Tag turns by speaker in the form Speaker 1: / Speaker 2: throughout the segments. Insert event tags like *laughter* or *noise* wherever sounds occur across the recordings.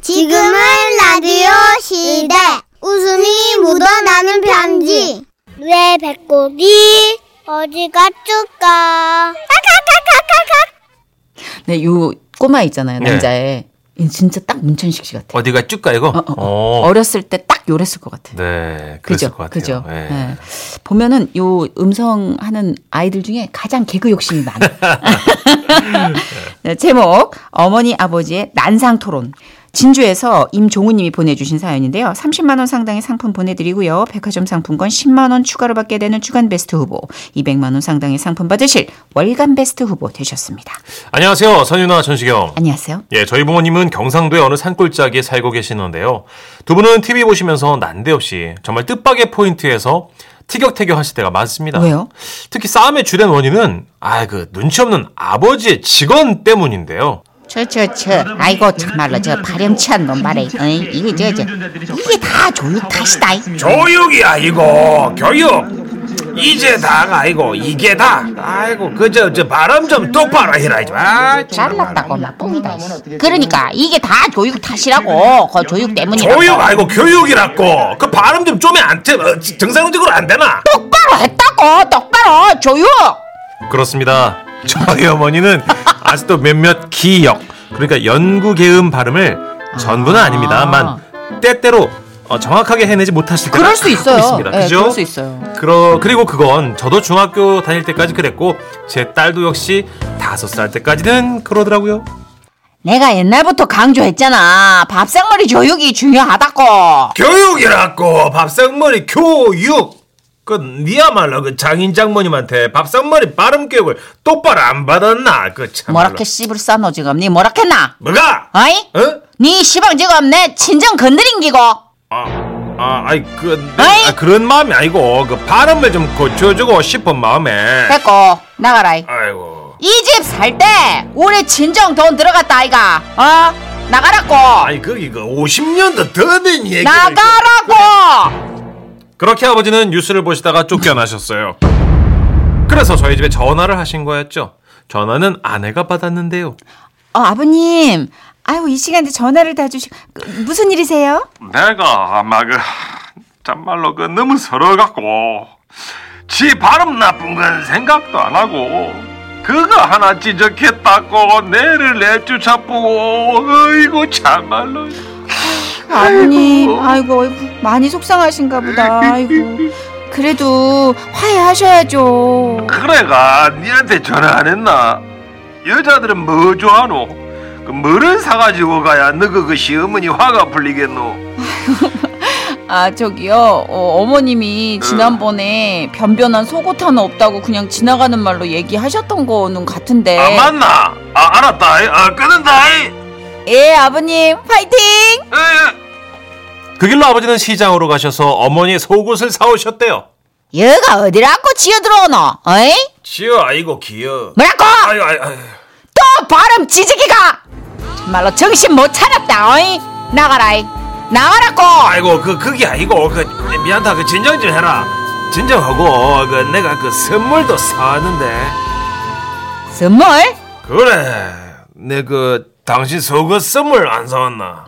Speaker 1: 지금은 라디오 시대. 웃음이 묻어나는 편지. 왜 배꼽이 어디 갔을까?
Speaker 2: 네, 요 꼬마 있잖아요,
Speaker 3: 네.
Speaker 2: 남자애. 이 진짜 딱 문천식 씨 같아.
Speaker 3: 어디가 쭉가 이거?
Speaker 2: 어, 어,
Speaker 3: 어.
Speaker 2: 어렸을 때 딱 요랬을 것 같아.
Speaker 3: 네,
Speaker 2: 그죠,
Speaker 3: 그랬을 것 같아요.
Speaker 2: 그죠.
Speaker 3: 예.
Speaker 2: 예. 보면은 요 음성하는 아이들 중에 가장 개그 욕심이 많아.
Speaker 3: *laughs*
Speaker 2: 네, 제목 어머니 아버지의 난상 토론. 진주에서 임종우님이 보내주신 사연인데요. 30만 원 상당의 상품 보내드리고요. 백화점 상품권 10만 원 추가로 받게 되는 주간 베스트 후보, 200만 원 상당의 상품 받으실 월간 베스트 후보 되셨습니다.
Speaker 3: 안녕하세요. 선윤아 전시경.
Speaker 2: 안녕하세요.
Speaker 3: 예, 저희 부모님은 경상도의 어느 산골짜기에 살고 계시는데요. 두 분은 TV 보시면서 난데없이 정말 뜻밖의 포인트에서 티격태격 하실 때가 많습니다.
Speaker 2: 왜요?
Speaker 3: 특히 싸움의 주된 원인은 아 그 눈치 없는 아버지의 직원 때문인데요.
Speaker 2: 저 저 저 아이고 참말로 저 발염치한 놈 말해 어이, 이거 저 저 이게 다 조육 탓이다
Speaker 4: 교육이야 이거 교육 이제 다가 아이고 이게 다 아이고 그저 저 발음 좀 똑바로 해라 이제 아,
Speaker 2: 잘났다고 나쁩니다 그러니까 이게 다 조육 탓이라고 그 조육 때문이라고
Speaker 4: 교육 아이고 교육이라고 그 발음 좀 쪼면 안 돼. 어, 지- 정상적으로 안 되나
Speaker 2: 똑바로 했다고 똑바로 조육
Speaker 3: 그렇습니다. 저희 어머니는 아직도 몇몇 기역, 그러니까 연구개음 발음을 전부는
Speaker 2: 아.
Speaker 3: 아닙니다만 때때로 어, 정확하게 해내지 못하실 때가
Speaker 2: 그럴 수
Speaker 3: 가끔
Speaker 2: 있어요
Speaker 3: 있습니다.
Speaker 2: 예,
Speaker 3: 그죠?
Speaker 2: 그럴 수 있어요
Speaker 3: 그러, 그리고 그건 저도 중학교 다닐 때까지 그랬고 제 딸도 역시 다섯 살 때까지는 그러더라고요.
Speaker 2: 내가 옛날부터 강조했잖아 밥상머리 조육이 중요하다고
Speaker 4: 교육이라고 밥상머리 교육 그 니야말로 그 장인 장모님한테 밥상머리 발음 교육을 똑바로 안 받았나 그참
Speaker 2: 뭐라케 씹을 싸노 지금 니 뭐라케 나
Speaker 4: 뭐가
Speaker 2: 어이?
Speaker 4: 어?
Speaker 2: 니 시방 지금 내 친정 건드린 기고
Speaker 4: 아, 아, 아이, 그, 내,
Speaker 2: 아이.
Speaker 4: 아, 그런 마음이 아니고, 그 발음을 좀 고쳐주고 싶은 마음에.
Speaker 2: 됐고 나가라 이.
Speaker 4: 아이고.
Speaker 2: 이 집 살 때 우리 친정 돈 들어갔다 아이가 어 나가라고
Speaker 4: 아니, 거기 그 50년도 더 된 얘기.
Speaker 2: 나가라고
Speaker 3: 그렇게 아버지는 뉴스를 보시다가 쫓겨나셨어요. 그래서 저희 집에 전화를 하신 거였죠. 전화는 아내가 받았는데요.
Speaker 2: 어 아버님 아유 이 시간에 전화를 다 주시 그, 무슨 일이세요
Speaker 5: 내가 아마 그 참말로 그 너무 서러갖고 지 발음 나쁜 건 생각도 안 하고 그거 하나 지적했다고 내를 내쫓아보고 어이구 참말로
Speaker 2: 아버님 아이고 아이고 많이 속상하신가 보다 아이고 그래도 화해하셔야죠
Speaker 5: 그래가 니한테 전화 안 했나 여자들은 뭐 좋아하노 그 뭐를 사가지고 가야 너그 그 시어머니 화가 풀리겠노
Speaker 2: 아 저기요 어, 어머님이 지난번에 변변한 속옷 하나 없다고 그냥 지나가는 말로 얘기하셨던 거는 같은데
Speaker 5: 아 맞나 아 알았다 아 끊는다 이.
Speaker 2: 예 아버님 파이팅
Speaker 5: 에이.
Speaker 3: 그 길로 아버지는 시장으로 가셔서 어머니의 속옷을 사오셨대요.
Speaker 2: 여가 어디라고 지어 들어오노? 어이?
Speaker 4: 지어, 아이고, 귀여.
Speaker 2: 뭐라고?
Speaker 4: 아유, 아유, 아유.
Speaker 2: 또 발음 지지기가! 정말로 정신 못 차렸다, 어이? 나가라이. 나가라고!
Speaker 4: 아이고, 그, 그게 아니고, 그, 미안다. 그, 진정 좀 해라. 진정하고, 그, 내가 그 선물도 사왔는데.
Speaker 2: 선물?
Speaker 4: 그래. 내 그, 당신 속옷 선물 안 사왔나?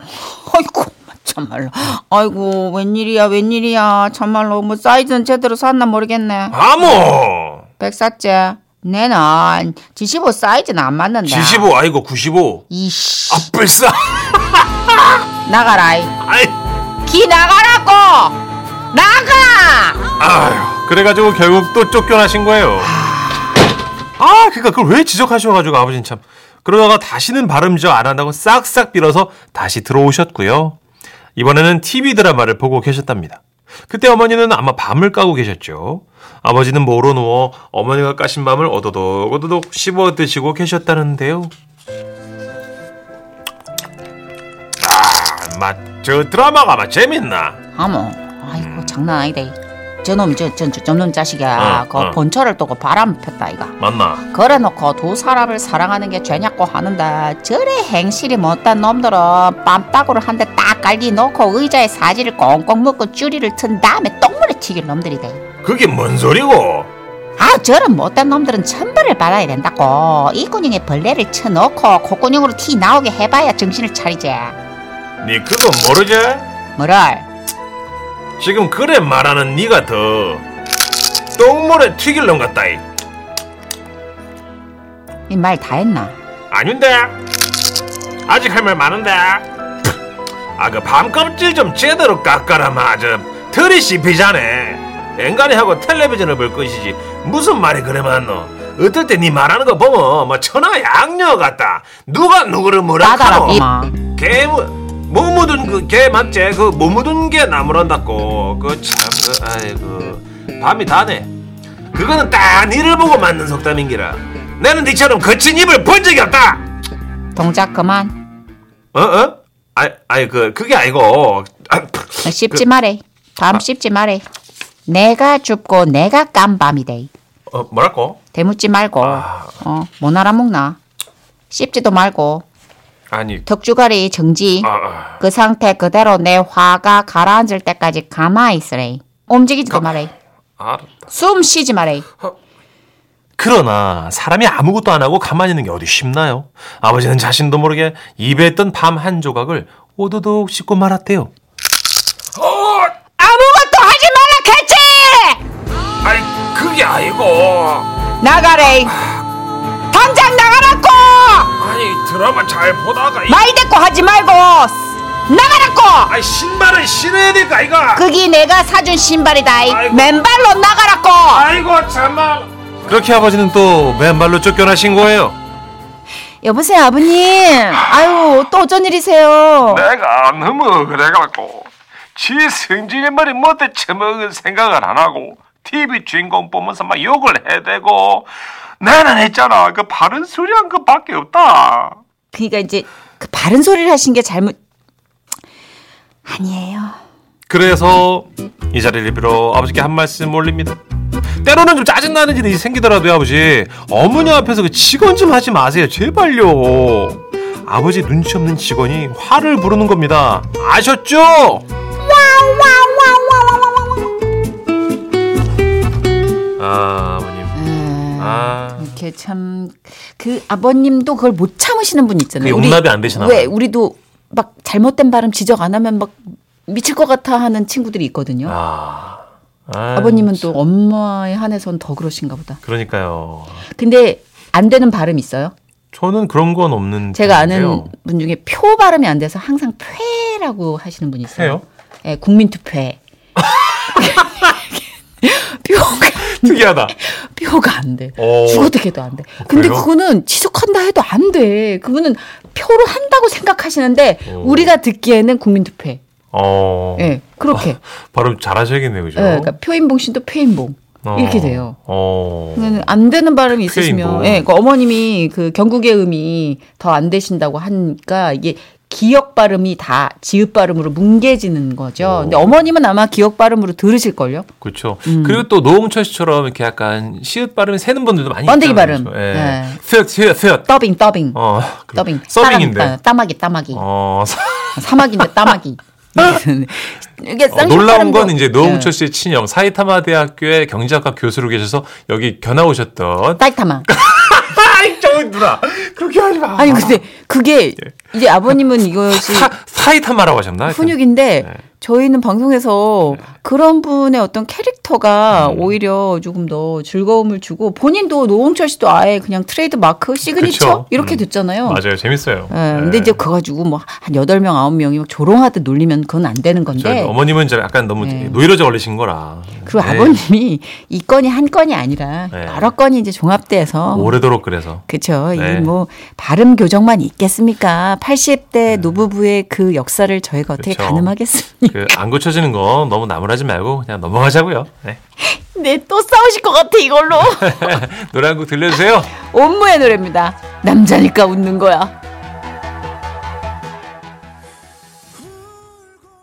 Speaker 2: 아이고, 참말로. 아이고, 웬일이야, 웬일이야. 참말로, 뭐, 사이즈는 제대로 샀나 모르겠네.
Speaker 4: 아무!
Speaker 2: 백사째. 내는 G15 사이즈는 안 맞는다.
Speaker 4: 75, 아이고, 95.
Speaker 2: 이씨.
Speaker 4: 아, 불싸!
Speaker 2: 나가라이.
Speaker 4: 아이,
Speaker 2: 기 나가라고! 나가!
Speaker 3: 아휴, 그래가지고 결국 또 쫓겨나신 거예요. 아, 그니까 그걸 왜 지적하셔가지고 아버지는 참. 그러다가 다시는 발음 지적 안 한다고 싹싹 빌어서 다시 들어오셨고요. 이번에는 TV 드라마를 보고 계셨답니다. 그때 어머니는 아마 밤을 까고 계셨죠. 아버지는 모로 누워 어머니가 까신 밤을 어도독 어도독 씹어 드시고 계셨다는데요.
Speaker 4: 아, 마, 저 드라마가 막 재밌나?
Speaker 2: 어머, 아이고 장난 아니다. 이. 저놈 저저놈 자식이야.
Speaker 3: 어,
Speaker 2: 그
Speaker 3: 어.
Speaker 2: 본처를 두고 바람 폈다 이가.
Speaker 3: 맞나?
Speaker 2: 그래놓고 두 사람을 사랑하는 게 죄냐고 하는데 저래 행실이 못한 놈들은 빰따구를 한 대 딱 깔리 놓고 의자에 사지를 꽁꽁 묶고 줄이를 튼 다음에 똥물에 튀길 놈들이대.
Speaker 4: 그게 뭔 소리고?
Speaker 2: 아 저런 못된 놈들은 천벌을 받아야 된다고 이구녕에 벌레를 쳐놓고 콧구녕으로 티 나오게 해봐야 정신을 차리지.
Speaker 4: 니 그거 모르지?
Speaker 2: 뭐랄.
Speaker 4: 지금 그래 말하는 니가 더 똥물에 튀길 놈 같다이.
Speaker 2: 이 말 다 했나?
Speaker 4: 아닌데 아직 할 말 많은데 아그 밤껍질 좀 제대로 깎아라 마저 털이 씹히자네 앵간히 하고 텔레비전을 볼 것이지 무슨 말이 그래 맞노 어떨 때 니 말하는 거 보면 뭐 천하 양녀 같다 누가 누구를 뭐라
Speaker 2: 따다라
Speaker 4: 카노
Speaker 2: 꼬마.
Speaker 4: 개뭐 묻은 그개 맞제 그뭐 묻은 게 나무란다고 그참 그, 아이고 밤이 다네 그거는 딱 니를 보고 만든 속담인기라 나는 니처럼 거친 입을 본 적이 없다
Speaker 2: 동작 그만.
Speaker 4: 어? 어? 아, 아니 그 그게 아니고 아,
Speaker 2: 너 씹지 말해. 밤 씹지 말해. 내가 춥고 내가 깜 밤이 돼.
Speaker 4: 어, 뭐라고? 아,
Speaker 2: 대묻지 말고.
Speaker 3: 아.
Speaker 2: 어, 못 알아먹나? 씹지도 말고.
Speaker 4: 아니
Speaker 2: 덕주가리 정지.
Speaker 4: 아, 아,
Speaker 2: 그 상태 그대로 내 화가 가라앉을 때까지 가만히 있으래. 움직이지도 말해.
Speaker 4: 알았다
Speaker 2: 숨 쉬지 말해.
Speaker 3: 그러나 사람이 아무것도 안 하고 가만히 있는 게 어디 쉽나요? 아버지는 자신도 모르게 입에 있던 밤 한 조각을 오도독 씻고 말았대요.
Speaker 2: 아무것도 하지 말라 캐치!
Speaker 4: 아니 그게 아니고
Speaker 2: 나가래. 당장 나가라고!
Speaker 4: 아니 드라마 잘 보다가 이,
Speaker 2: 말 대꾸 하지 말고! 나가라고!
Speaker 4: 아니 신발을 신어야 될까 아이가
Speaker 2: 그게 내가 사준 신발이다.
Speaker 4: 아이고.
Speaker 2: 맨발로 나가라고!
Speaker 4: 아이고 참말
Speaker 3: 그렇게 아버지는 또 맨발로 쫓겨나신 거예요.
Speaker 2: 여보세요, 아버님. 아유, 또 어쩐 일이세요?
Speaker 4: 네.
Speaker 5: 내가 너무 그래갖고 지 성질 머리 네 못해 처먹은 생각을 안 하고 TV 주인공 보면서 막 욕을 해대고 나는 했잖아 그 바른 수리한 것밖에 없다
Speaker 2: 그러니까 이제 그 바른 소리를 하신 게 잘못 아니에요.
Speaker 3: 그래서 이 자리를 빌어 아버지께 한 말씀 올립니다. 때로는 좀 짜증나는 일이 생기더라도요, 아버지. 어머니 앞에서 그 직원 좀 하지 마세요. 제발요. 아버지 눈치 없는 직원이 화를 부르는 겁니다. 아셨죠?
Speaker 4: 아 아버님
Speaker 2: 음.
Speaker 4: 아
Speaker 2: 이렇게 참 그 아버님도 그걸 못 참으시는 분 있잖아요.
Speaker 3: 그
Speaker 2: 우리-
Speaker 3: 용납이 안 되시나
Speaker 2: 왜
Speaker 3: 봐요.
Speaker 2: 우리도 막 잘못된 발음 지적 안 하면 막 미칠 것 같아 하는 친구들이 있거든요. 아, 버님은또 엄마에 한해선 더 그러신가 보다.
Speaker 3: 아, 그러니까요.
Speaker 2: 근데 안 되는 발음 있어요?
Speaker 3: 저는 그런 건 없는
Speaker 2: 제가 아는
Speaker 3: 편인데요.
Speaker 2: 분 중에 표 발음이 안 돼서 항상 폐라고 하시는 분이 있어요.
Speaker 3: 폐요?
Speaker 2: 예, 국민투표. *laughs* 표가
Speaker 3: 특이하다.
Speaker 2: 뼈가 안 돼.
Speaker 3: 어.
Speaker 2: 죽어도 개도 안 돼. 근데
Speaker 3: 그래요?
Speaker 2: 거는 지적한다 해도 안 돼. 그분은 표로 한다고 생각하시는데 우리가 듣기에는 국민투표.
Speaker 3: 어.
Speaker 2: 예, 그렇게.
Speaker 3: 발음 잘하셔야겠네요, 그죠?
Speaker 2: 예, 그러니까 표인봉신도 표인봉
Speaker 3: 어.
Speaker 2: 이렇게 돼요.
Speaker 3: 어.
Speaker 2: 그러니까 안 되는 발음이 있으시면,
Speaker 3: 표인봉.
Speaker 2: 예, 그러니까 어머님이 그 경국의 음이 더 안 되신다고 하니까 이게 기역 발음이 다 지읒 발음으로 뭉개지는 거죠. 근데 어머님은 아마 기역 발음으로 들으실걸요.
Speaker 3: 그렇죠.
Speaker 2: 음.
Speaker 3: 그리고 또 노홍철 씨처럼 이렇게 약간 시읒 발음 세는 분들도 많이
Speaker 2: 번데기
Speaker 3: 있잖아요.
Speaker 2: 발음.
Speaker 3: 예.
Speaker 2: 네.
Speaker 3: 읒, 읒, 읒.
Speaker 2: 더빙, 더빙,
Speaker 3: 어.
Speaker 2: *laughs* 더빙. 아,
Speaker 3: 서빙인데.
Speaker 2: 따람, 따- 따마기, 따마기.
Speaker 3: 어. 서-
Speaker 2: 사막인데
Speaker 3: *laughs*
Speaker 2: 따마기. 이게
Speaker 3: 어, 놀라운 건 이제 노홍철
Speaker 2: 노홍철
Speaker 3: 씨의 친형 사이타마 대학교의 경제학과 교수로 계셔서 여기 견학 오셨던
Speaker 2: 예. 딸타마.
Speaker 4: 아이 저 누나 그렇게 하지 마
Speaker 2: 아니 근데
Speaker 3: 예.
Speaker 2: 그게 이제 아버님은 이것이
Speaker 3: 사, 사이타마라고 하셨나?
Speaker 2: 훈육인데
Speaker 3: 네.
Speaker 2: 저희는 방송에서 그런 분의 어떤 캐릭터가
Speaker 3: 음.
Speaker 2: 오히려 조금 더 즐거움을 주고 본인도 노홍철 씨도 아예 그냥 트레이드 마크 시그니처
Speaker 3: 그쵸.
Speaker 2: 이렇게
Speaker 3: 음.
Speaker 2: 됐잖아요.
Speaker 3: 맞아요. 재밌어요.
Speaker 2: 예, 근데
Speaker 3: 예.
Speaker 2: 이제 그거 가지고 뭐 한 여덟 명 아홉 명이 막 조롱하듯 놀리면 그건 안 되는
Speaker 3: 저희
Speaker 2: 건데
Speaker 3: 어머님은 이제 약간 너무
Speaker 2: 네.
Speaker 3: 노이로제 걸리신 거라.
Speaker 2: 그리고
Speaker 3: 네.
Speaker 2: 아버님이 이 건이 한 건이 아니라
Speaker 3: 네.
Speaker 2: 여러 건이 이제 종합돼서
Speaker 3: 오래도록 그래서.
Speaker 2: 그렇죠.
Speaker 3: 네.
Speaker 2: 이 뭐 발음 교정만 있겠습니까? 80대 노부부의 그 역사를 저희가 어떻게
Speaker 3: 음. 그쵸.
Speaker 2: 가늠하겠습니까? *laughs*
Speaker 3: 그 안 고쳐지는 거 너무 나무라지 말고 그냥 넘어가자고요. 네.
Speaker 2: 네, 또 싸우실 것 같아 이걸로.
Speaker 3: 노래 한 곡 들려주세요.
Speaker 2: 온무의 노래입니다. 남자니까 웃는 거야.